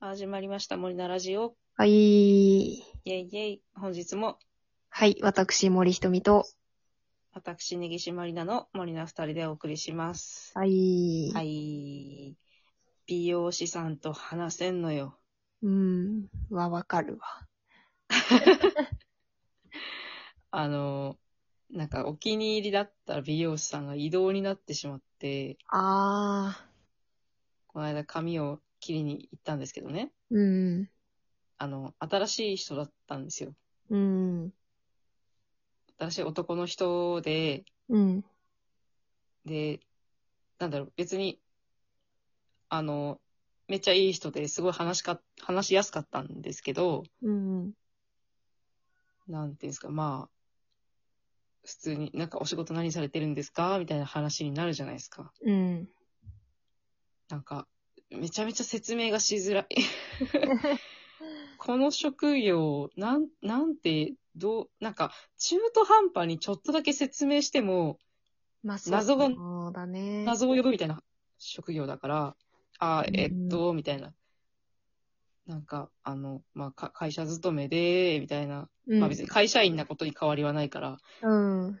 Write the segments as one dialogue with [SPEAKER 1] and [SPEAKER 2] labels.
[SPEAKER 1] 始まりました、森菜ラジオ。
[SPEAKER 2] はい。
[SPEAKER 1] イェイイェイ。本日も、
[SPEAKER 2] はい。私、森ひとみと。
[SPEAKER 1] 私、根岸まりなの森菜二人でお送りします。
[SPEAKER 2] はい。
[SPEAKER 1] はいい。美容師さんと話せんのよ。
[SPEAKER 2] うん。は、わかるわ。
[SPEAKER 1] あの、なんかお気に入りだった美容師さんが異動になってしまって、
[SPEAKER 2] あ
[SPEAKER 1] この間髪を切りに行ったんですけどね。
[SPEAKER 2] ー。うん。
[SPEAKER 1] あの、新しい人だったんですよ。
[SPEAKER 2] うん。
[SPEAKER 1] 新しい男の人で、
[SPEAKER 2] うん。
[SPEAKER 1] で、なんだろう、別に、あの、めっちゃいい人ですごい話しか、話しやすかったんですけど、
[SPEAKER 2] うん。
[SPEAKER 1] なんていうんですか、まあ、普通になんかお仕事何されてるんですかみたいな話になるじゃないですか。
[SPEAKER 2] うん。
[SPEAKER 1] なんか、めちゃめちゃ説明がしづらい。この職業、なん、なんて、どう、なんか、中途半端にちょっとだけ説明しても、
[SPEAKER 2] まあ、そう
[SPEAKER 1] 謎が
[SPEAKER 2] そうだね。
[SPEAKER 1] 謎を呼ぶみたいな職業だから、あー
[SPEAKER 2] うん
[SPEAKER 1] えっと、みたいな。なんか、あの、まあ、か会社勤めで、みたいな。
[SPEAKER 2] うん。
[SPEAKER 1] まあ別に会社員なことに変わりはないから、
[SPEAKER 2] うん。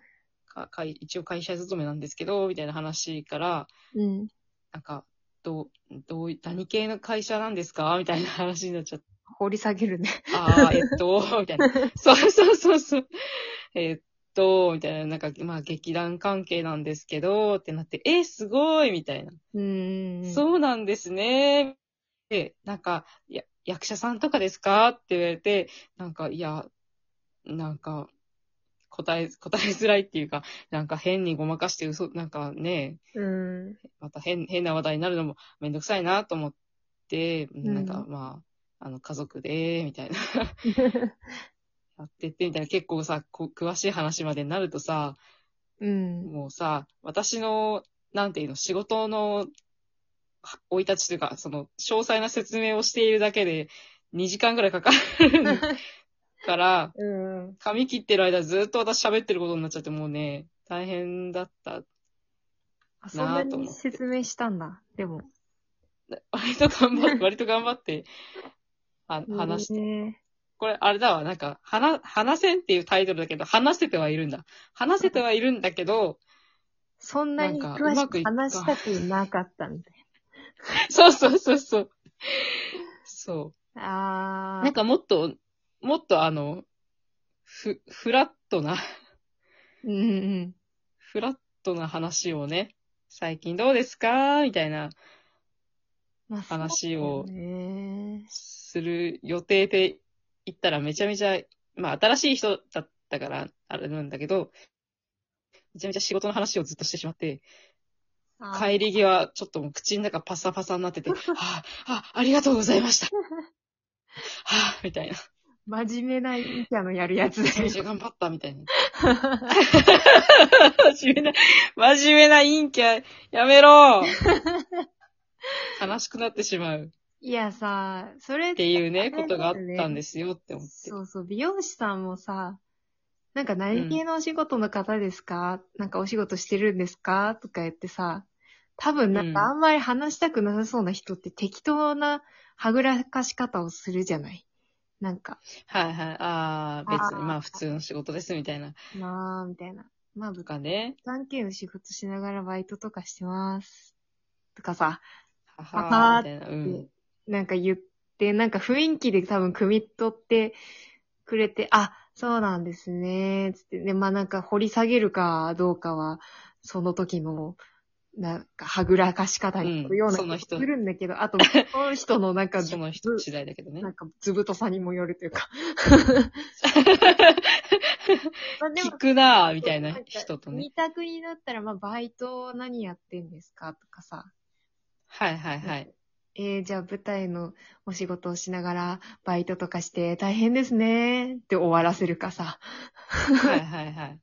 [SPEAKER 1] か会一応会社勤めなんですけど、みたいな話から、
[SPEAKER 2] うん。
[SPEAKER 1] なんか、どう、どうい、何系の会社なんですかみたいな話になっちゃって、
[SPEAKER 2] 掘り下げるね。
[SPEAKER 1] あ あ、えっと、みたいな。そうそうそうそう。えっと、みたいな、なんか、まあ劇団関係なんですけど、ってなって、えー、すごいみたいな。
[SPEAKER 2] うん。
[SPEAKER 1] そうなんですね。で、なんか、や役者さんとかですかって言われて、なんか、いや、なんか、答え、答えづらいっていうか、なんか変にごまかして嘘、なんかね、
[SPEAKER 2] うん。
[SPEAKER 1] また変、変な話題になるのもめんどくさいなと思って、
[SPEAKER 2] ん
[SPEAKER 1] なんかまあ、あの、家族で、みたいな、 やってって、みたいな、結構さ、こう詳しい話までになるとさ、
[SPEAKER 2] うん。
[SPEAKER 1] もうさ、私の、なんていうの、仕事の、は生い立ちというか、その、詳細な説明をしているだけで、2時間ぐらいかかる から、
[SPEAKER 2] うん。
[SPEAKER 1] 髪切ってる間ずっと私喋ってることになっちゃって、もうね、大変だった。
[SPEAKER 2] あ、そんなに説明したんだ。でも。
[SPEAKER 1] 割と頑張って、割と頑張って、は話して。
[SPEAKER 2] て。
[SPEAKER 1] これ、あれだわ、なんか、話、話せんっていうタイトルだけど、話せてはいるんだ。話せてはいるんだけど、
[SPEAKER 2] そんなに
[SPEAKER 1] なんか
[SPEAKER 2] 詳
[SPEAKER 1] う
[SPEAKER 2] し
[SPEAKER 1] まくい
[SPEAKER 2] く
[SPEAKER 1] った
[SPEAKER 2] 話したくなかったみたい
[SPEAKER 1] そうそうそうそう。そう。
[SPEAKER 2] な。あー。
[SPEAKER 1] なんかもっと、もっとあの、ふ、フラットな、
[SPEAKER 2] うんうん。
[SPEAKER 1] フラットな話をね、最近どうですかみたいな
[SPEAKER 2] まあ、
[SPEAKER 1] 話を
[SPEAKER 2] そうだよね
[SPEAKER 1] する予定で行ったらめちゃめちゃ、まあ新しい人だったから、あれなんだけど、めちゃめちゃ仕事の話をずっとしてしまって、
[SPEAKER 2] あ
[SPEAKER 1] 帰り際、ちょっともう口の中パサパサになって て、はあ、あ、ありがとうございました。はあ、み たいな。
[SPEAKER 2] 真面目な医者のやるやつ
[SPEAKER 1] め
[SPEAKER 2] だ
[SPEAKER 1] ちゃ
[SPEAKER 2] よ
[SPEAKER 1] め。ちゃ頑張った、みたいな。 真面目な、真面目な陰キャ、やめ ろ悲しくなってしまうっ
[SPEAKER 2] いやさ、それって
[SPEAKER 1] いうね、ことがあったんですすよって思って。
[SPEAKER 2] そうそう、美容師さんもさ、なんか何系のお仕事の方ですか、なんかお仕事してるんですかとか言ってさ、多分なんか
[SPEAKER 1] うん
[SPEAKER 2] あんまり話したくなさそうな人って適当なはぐらかし方をするじゃないなんか、
[SPEAKER 1] はいはい。ああ、別に、
[SPEAKER 2] あー
[SPEAKER 1] まあ普通の仕事ですみたいな。
[SPEAKER 2] まあ、みたいな。まあ、
[SPEAKER 1] と
[SPEAKER 2] 物
[SPEAKER 1] かね。
[SPEAKER 2] 関係の仕事しながらバイトとかしてます。とかさ、
[SPEAKER 1] は
[SPEAKER 2] は
[SPEAKER 1] は
[SPEAKER 2] は
[SPEAKER 1] みたいな。うん。
[SPEAKER 2] なんか言って、なんか雰囲気で多分汲み取ってくれて、あ、そうなんですね、つって。で、まあなんか掘り下げるかどうかは、その時の、なんか、はぐらかし方によるよう
[SPEAKER 1] うん
[SPEAKER 2] な
[SPEAKER 1] その人
[SPEAKER 2] するんだけど、あと、その人のなんか、
[SPEAKER 1] その人次第だけどね
[SPEAKER 2] な。んか、ずぶとさにもよるというか。まあでも
[SPEAKER 1] 聞くなぁ、みたいな人とね。
[SPEAKER 2] 二択になったら、まあ、バイト何やってんですかとかさ。
[SPEAKER 1] はいはいはい。
[SPEAKER 2] えー、じゃあ舞台のお仕事をしながらバイトとかして大変ですねって終わらせるかさ、
[SPEAKER 1] はいはいはい。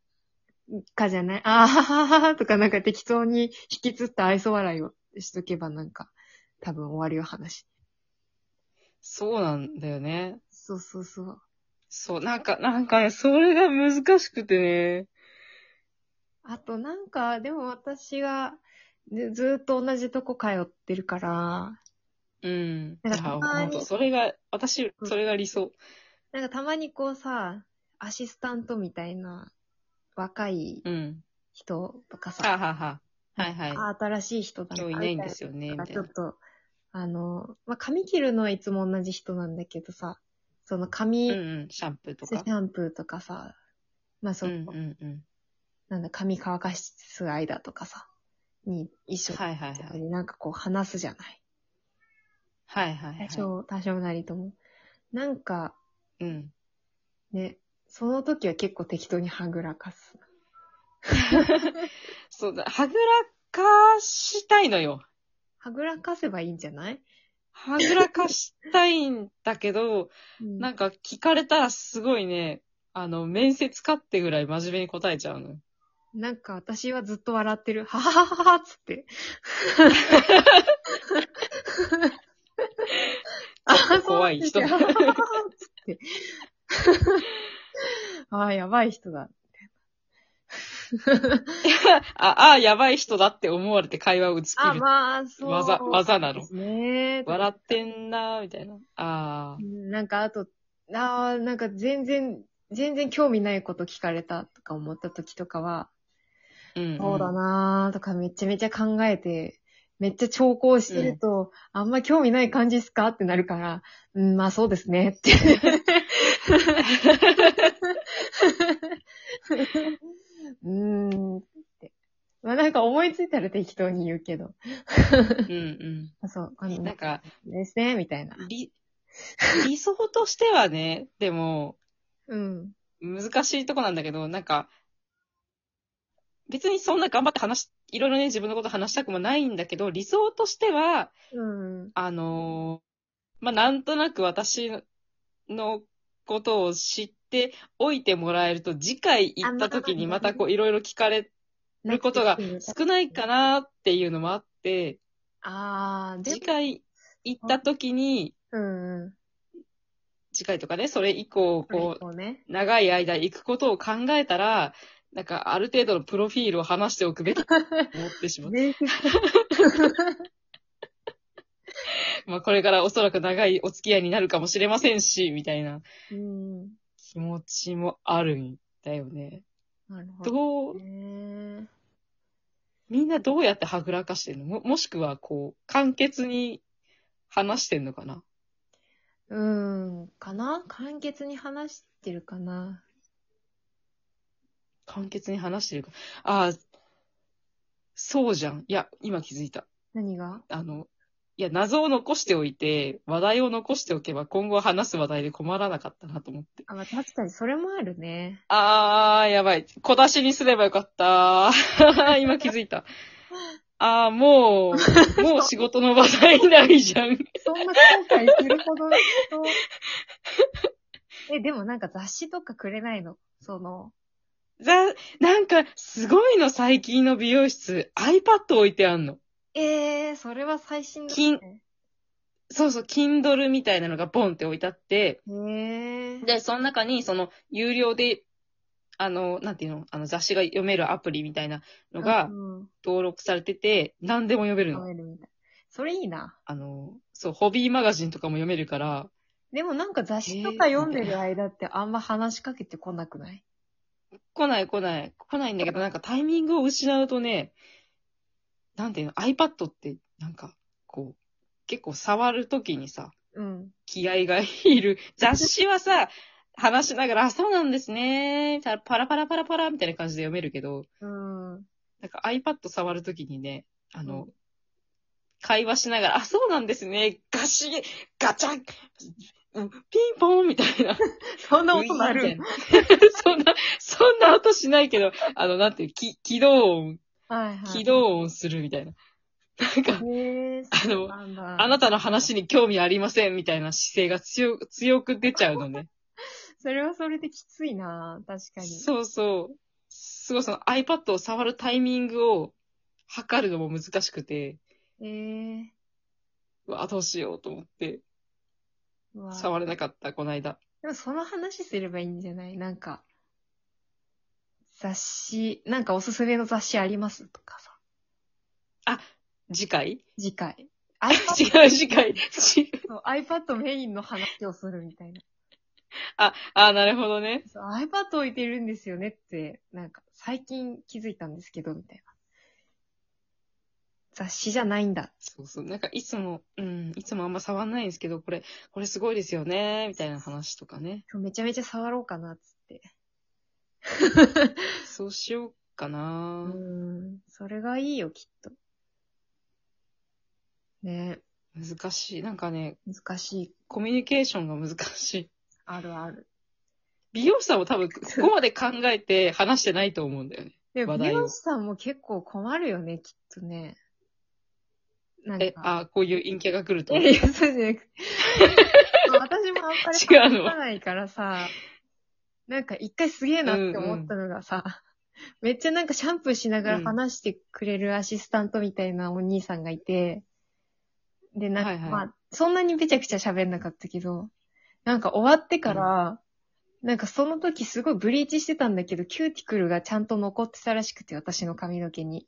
[SPEAKER 2] かじゃない、 あーははははとかなんか適当に引きつった愛想笑いをしとけばなんか多分終わるよ話。
[SPEAKER 1] そうなんだよね。
[SPEAKER 2] そうそうそう。
[SPEAKER 1] そう、なんか、なんかね、それが難しくてね。
[SPEAKER 2] あとなんか、でも私がずずーっと同じとこ通ってるから、
[SPEAKER 1] うん。い
[SPEAKER 2] なん
[SPEAKER 1] や、
[SPEAKER 2] かたまに
[SPEAKER 1] 本当それが、私、それが理想。
[SPEAKER 2] なんかたまにこうさ、アシスタントみたいな若い
[SPEAKER 1] うん。
[SPEAKER 2] 人とか
[SPEAKER 1] は
[SPEAKER 2] さ、
[SPEAKER 1] あ、はあはあ、はいはい。
[SPEAKER 2] あ新しい人だな
[SPEAKER 1] 今日いないんですよね、
[SPEAKER 2] み
[SPEAKER 1] み
[SPEAKER 2] たいな
[SPEAKER 1] たい
[SPEAKER 2] ちょ
[SPEAKER 1] な
[SPEAKER 2] っ。と、あの、まあ、髪切るのはいつも同じ人なんだけどさ、その髪、
[SPEAKER 1] うんうん、シャンプーと
[SPEAKER 2] シ
[SPEAKER 1] か。
[SPEAKER 2] ャンプーとかさ、まあ、
[SPEAKER 1] う
[SPEAKER 2] そ
[SPEAKER 1] ん
[SPEAKER 2] の、
[SPEAKER 1] うんうん。
[SPEAKER 2] なんだ、髪乾かす間とかさ、に一緒
[SPEAKER 1] はいはい
[SPEAKER 2] と
[SPEAKER 1] は
[SPEAKER 2] か
[SPEAKER 1] い。
[SPEAKER 2] になんかこう話すじゃない。
[SPEAKER 1] はいはいは
[SPEAKER 2] 多
[SPEAKER 1] い。
[SPEAKER 2] 少、多少なりとも。なんか、
[SPEAKER 1] うん。
[SPEAKER 2] ね、その時は結構適当にはぐらかす。
[SPEAKER 1] そうだ、はぐらかしたいのよ。
[SPEAKER 2] はぐらかせばいいんじゃない
[SPEAKER 1] はぐらかしたいんだけど、なんか聞かれたらすごいね、あの、面接かってぐらい真面目に答えちゃうの。
[SPEAKER 2] なんか私はずっと笑ってる。はははははっ つって。あ
[SPEAKER 1] 怖い人
[SPEAKER 2] そうなんですよははははっつって。ああ、やばい人だ。
[SPEAKER 1] あ、 あやばい人だって思われて会話を打ち切
[SPEAKER 2] あ、
[SPEAKER 1] る。
[SPEAKER 2] まあ、そう。
[SPEAKER 1] 技、技な
[SPEAKER 2] で
[SPEAKER 1] の。
[SPEAKER 2] すね。
[SPEAKER 1] 笑ってんなーみたいな。ああ。
[SPEAKER 2] うんなんかあと、ああ、なんか全然、全然興味ないこと聞かれたとか思った時とかは、
[SPEAKER 1] うん、うん。
[SPEAKER 2] そうだなーとかめちゃめちゃ考えて、めっちゃ調考してると、あんま興味ない感じっすかってなるから、うん、まあそうですねって。 うーんって。まあなんか思いついたら適当に言うけど。
[SPEAKER 1] うんうん。
[SPEAKER 2] そう、あの
[SPEAKER 1] なんか、
[SPEAKER 2] ですね、みたいな。
[SPEAKER 1] 理、理想としてはね、でも、
[SPEAKER 2] うん。
[SPEAKER 1] 難しいとこなんだけど、なんか、別にそんな頑張って話し、いろいろね、自分のこと話したくもないんだけど、理想としては、
[SPEAKER 2] うん。
[SPEAKER 1] あのーまあ、なんとなく私のことを知っておいてもらえると、次回行った時にまたこう、いろいろ聞かれることが少ないかなっていうのもあって、
[SPEAKER 2] あー、でも
[SPEAKER 1] 次回行った時に、
[SPEAKER 2] うんうん。
[SPEAKER 1] 次回とかね、それ以降、こう、
[SPEAKER 2] こうね。
[SPEAKER 1] 長い間行くことを考えたら、なんかある程度のプロフィールを話しておくべきと思って しまう。
[SPEAKER 2] 面接
[SPEAKER 1] まあこれからおそらく長いお付き合いになるかもしれませんし、みたいな
[SPEAKER 2] うん。
[SPEAKER 1] 気持ちもあるんだよね。
[SPEAKER 2] なるほど。
[SPEAKER 1] どう、
[SPEAKER 2] ね
[SPEAKER 1] みんなどうやってはぐらかしてんのももしくはこう、簡潔に話してんのかな
[SPEAKER 2] うん。かな簡潔に話してるかな。
[SPEAKER 1] 簡潔に話してるか。ああ、そうじゃん。いや、今気づいた。
[SPEAKER 2] 何が
[SPEAKER 1] あの、いや、謎を残しておいて、話題を残しておけば今後話す話題で困らなかったなと思って。
[SPEAKER 2] あ、まあ確かにそれもあるね。
[SPEAKER 1] あー、やばい。小出しにすればよかった。 今気づいた。あー、もう、もう仕事の話題ないじゃん。
[SPEAKER 2] そんな後悔するほどの人 え、でもなんか雑誌とかくれないのその、
[SPEAKER 1] ざ、なんか、すごいの、最近の美容室。iPad 置いてあんの。
[SPEAKER 2] えー、それは最新だね。
[SPEAKER 1] そうそう、Kindle みたいなのがボンって置いてあって、
[SPEAKER 2] へー。
[SPEAKER 1] で、その中に、その、有料で、あの、なんていうのあの、雑誌が読めるアプリみたいなのが
[SPEAKER 2] うん、
[SPEAKER 1] 登録されてて、何でも読める
[SPEAKER 2] 食
[SPEAKER 1] の。
[SPEAKER 2] べるみたい。それいいな。
[SPEAKER 1] あの、そう、ホビーマガジンとかも読めるから、
[SPEAKER 2] でもなんか雑誌とか
[SPEAKER 1] えー
[SPEAKER 2] 読んでる間ってあんま話しかけてこなくない
[SPEAKER 1] 来ない来ない。来ないんだけど、なんかタイミングを失うとね、なんていうの、iPad って、なんか、こう、結構触るときにさ、
[SPEAKER 2] うん。
[SPEAKER 1] 気合がいる。 雑誌はさ、話しながら、あ、そうなんですね。パラパラパラパラパラみたいな感じで読めるけど、
[SPEAKER 2] うん。
[SPEAKER 1] なんか iPad 触るときにね、あの、
[SPEAKER 2] うん
[SPEAKER 1] 会話しながら、あ、そうなんですね。ガシガチャンうんピンポンみたい な。
[SPEAKER 2] そんな
[SPEAKER 1] ウィー
[SPEAKER 2] 音
[SPEAKER 1] ン
[SPEAKER 2] な
[SPEAKER 1] みたい
[SPEAKER 2] る
[SPEAKER 1] な そんな、そんな音しないけど、あの、なんていう、き起動音
[SPEAKER 2] はいはい。
[SPEAKER 1] 起動音するみたいな。なんか、
[SPEAKER 2] へー、そうなんだ。
[SPEAKER 1] あなたの話に興味ありませんみたいな姿勢が強く、強く出ちゃう のね。
[SPEAKER 2] それはそれできついな確かに。
[SPEAKER 1] そうそう。すごいその iPad を触るタイミングを測るのも難しくて、
[SPEAKER 2] えー、
[SPEAKER 1] うわ、どうしようと思って、
[SPEAKER 2] うわ
[SPEAKER 1] 触れなかった、この間。
[SPEAKER 2] でもその話すればいいんじゃないなんか、雑誌、なんかおすすめの雑誌ありますとかさ。
[SPEAKER 1] 次回
[SPEAKER 2] 次回。 iPad
[SPEAKER 1] 違う司会。違う
[SPEAKER 2] の iPad メインの話をするみたいな。
[SPEAKER 1] あ、あ、なるほどね。
[SPEAKER 2] そう iPad 置いてるんですよねって、なんか最近気づいたんですけど、みたいな。雑誌じゃないんだ。
[SPEAKER 1] そうそう。なんかいつも、うん、いつもあんま触んないんですけど、これ、これすごいですよね、みたいな話とかね。
[SPEAKER 2] 今日めちゃめちゃ触ろうかな、つ って。
[SPEAKER 1] そうしようか
[SPEAKER 2] う
[SPEAKER 1] な。
[SPEAKER 2] ん。それがいいよ、きっと。ね
[SPEAKER 1] 難しい。なんかね、
[SPEAKER 2] 難しい。
[SPEAKER 1] コミュニケーションが難しい。
[SPEAKER 2] あるある。
[SPEAKER 1] 美容師さんも多分、ここまで考えて話してないと思うんだよね。
[SPEAKER 2] でも、
[SPEAKER 1] 話
[SPEAKER 2] 美
[SPEAKER 1] 題を
[SPEAKER 2] 容師さんも結構困るよね、きっとね。なん
[SPEAKER 1] え、
[SPEAKER 2] か。
[SPEAKER 1] あこういう陰キャが来ると。
[SPEAKER 2] え、いや、そうじゃな くて。私もあんま
[SPEAKER 1] 違
[SPEAKER 2] り
[SPEAKER 1] うの
[SPEAKER 2] わないからさ、なんか一回すげえなって思ったのがさ、めっちゃなんかシャンプーしながら話してくれるアシスタントみたいなお兄さんがいて、で、なんか、
[SPEAKER 1] はいはい
[SPEAKER 2] まあ、そんなにべちゃくちゃ喋んなかったけど、なんか終わってから、なんかその時すごいブリーチしてたんだけど、キューティクルがちゃんと残ってたらしくて、私の髪の毛に。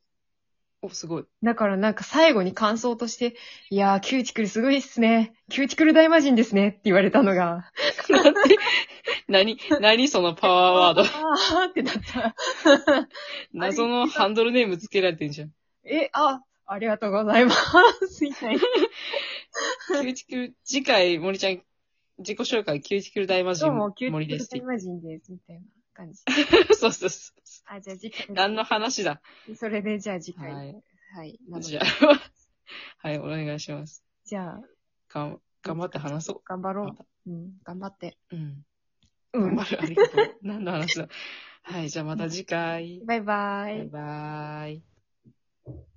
[SPEAKER 1] お、すごい。
[SPEAKER 2] だからなんか最後に感想として、いやー、キューティクルすごいっすね。キューティクル大魔人ですね。って言われたのが、
[SPEAKER 1] 何、何そのパワーワード。
[SPEAKER 2] あーってなった。
[SPEAKER 1] 謎のハンドルネームつけられてんじゃん。
[SPEAKER 2] え、あ、ありがとうござ います。みたいな。
[SPEAKER 1] キューティクル、次回、森ちゃん、自己紹介、キューティクル大魔人
[SPEAKER 2] どうも、キュー
[SPEAKER 1] 森
[SPEAKER 2] テ
[SPEAKER 1] で
[SPEAKER 2] ィクル
[SPEAKER 1] すって
[SPEAKER 2] 大。魔人です。みたいな感じ。
[SPEAKER 1] そうそうそ
[SPEAKER 2] あ、じゃあ次回
[SPEAKER 1] う。。何の話だ。
[SPEAKER 2] それで、じゃあ次回。
[SPEAKER 1] は。
[SPEAKER 2] はいい。なので
[SPEAKER 1] じゃあ、はい、お願いします。
[SPEAKER 2] じゃあ、
[SPEAKER 1] がん、頑張って話そう。
[SPEAKER 2] 頑張ろ
[SPEAKER 1] また
[SPEAKER 2] う。うん、頑張って。
[SPEAKER 1] うん。
[SPEAKER 2] う
[SPEAKER 1] 頑
[SPEAKER 2] ん。
[SPEAKER 1] 張 る。ありがとう。何の話だ。はい、じゃあまた次回。
[SPEAKER 2] バイバ
[SPEAKER 1] バ
[SPEAKER 2] イ
[SPEAKER 1] イ。バーイ。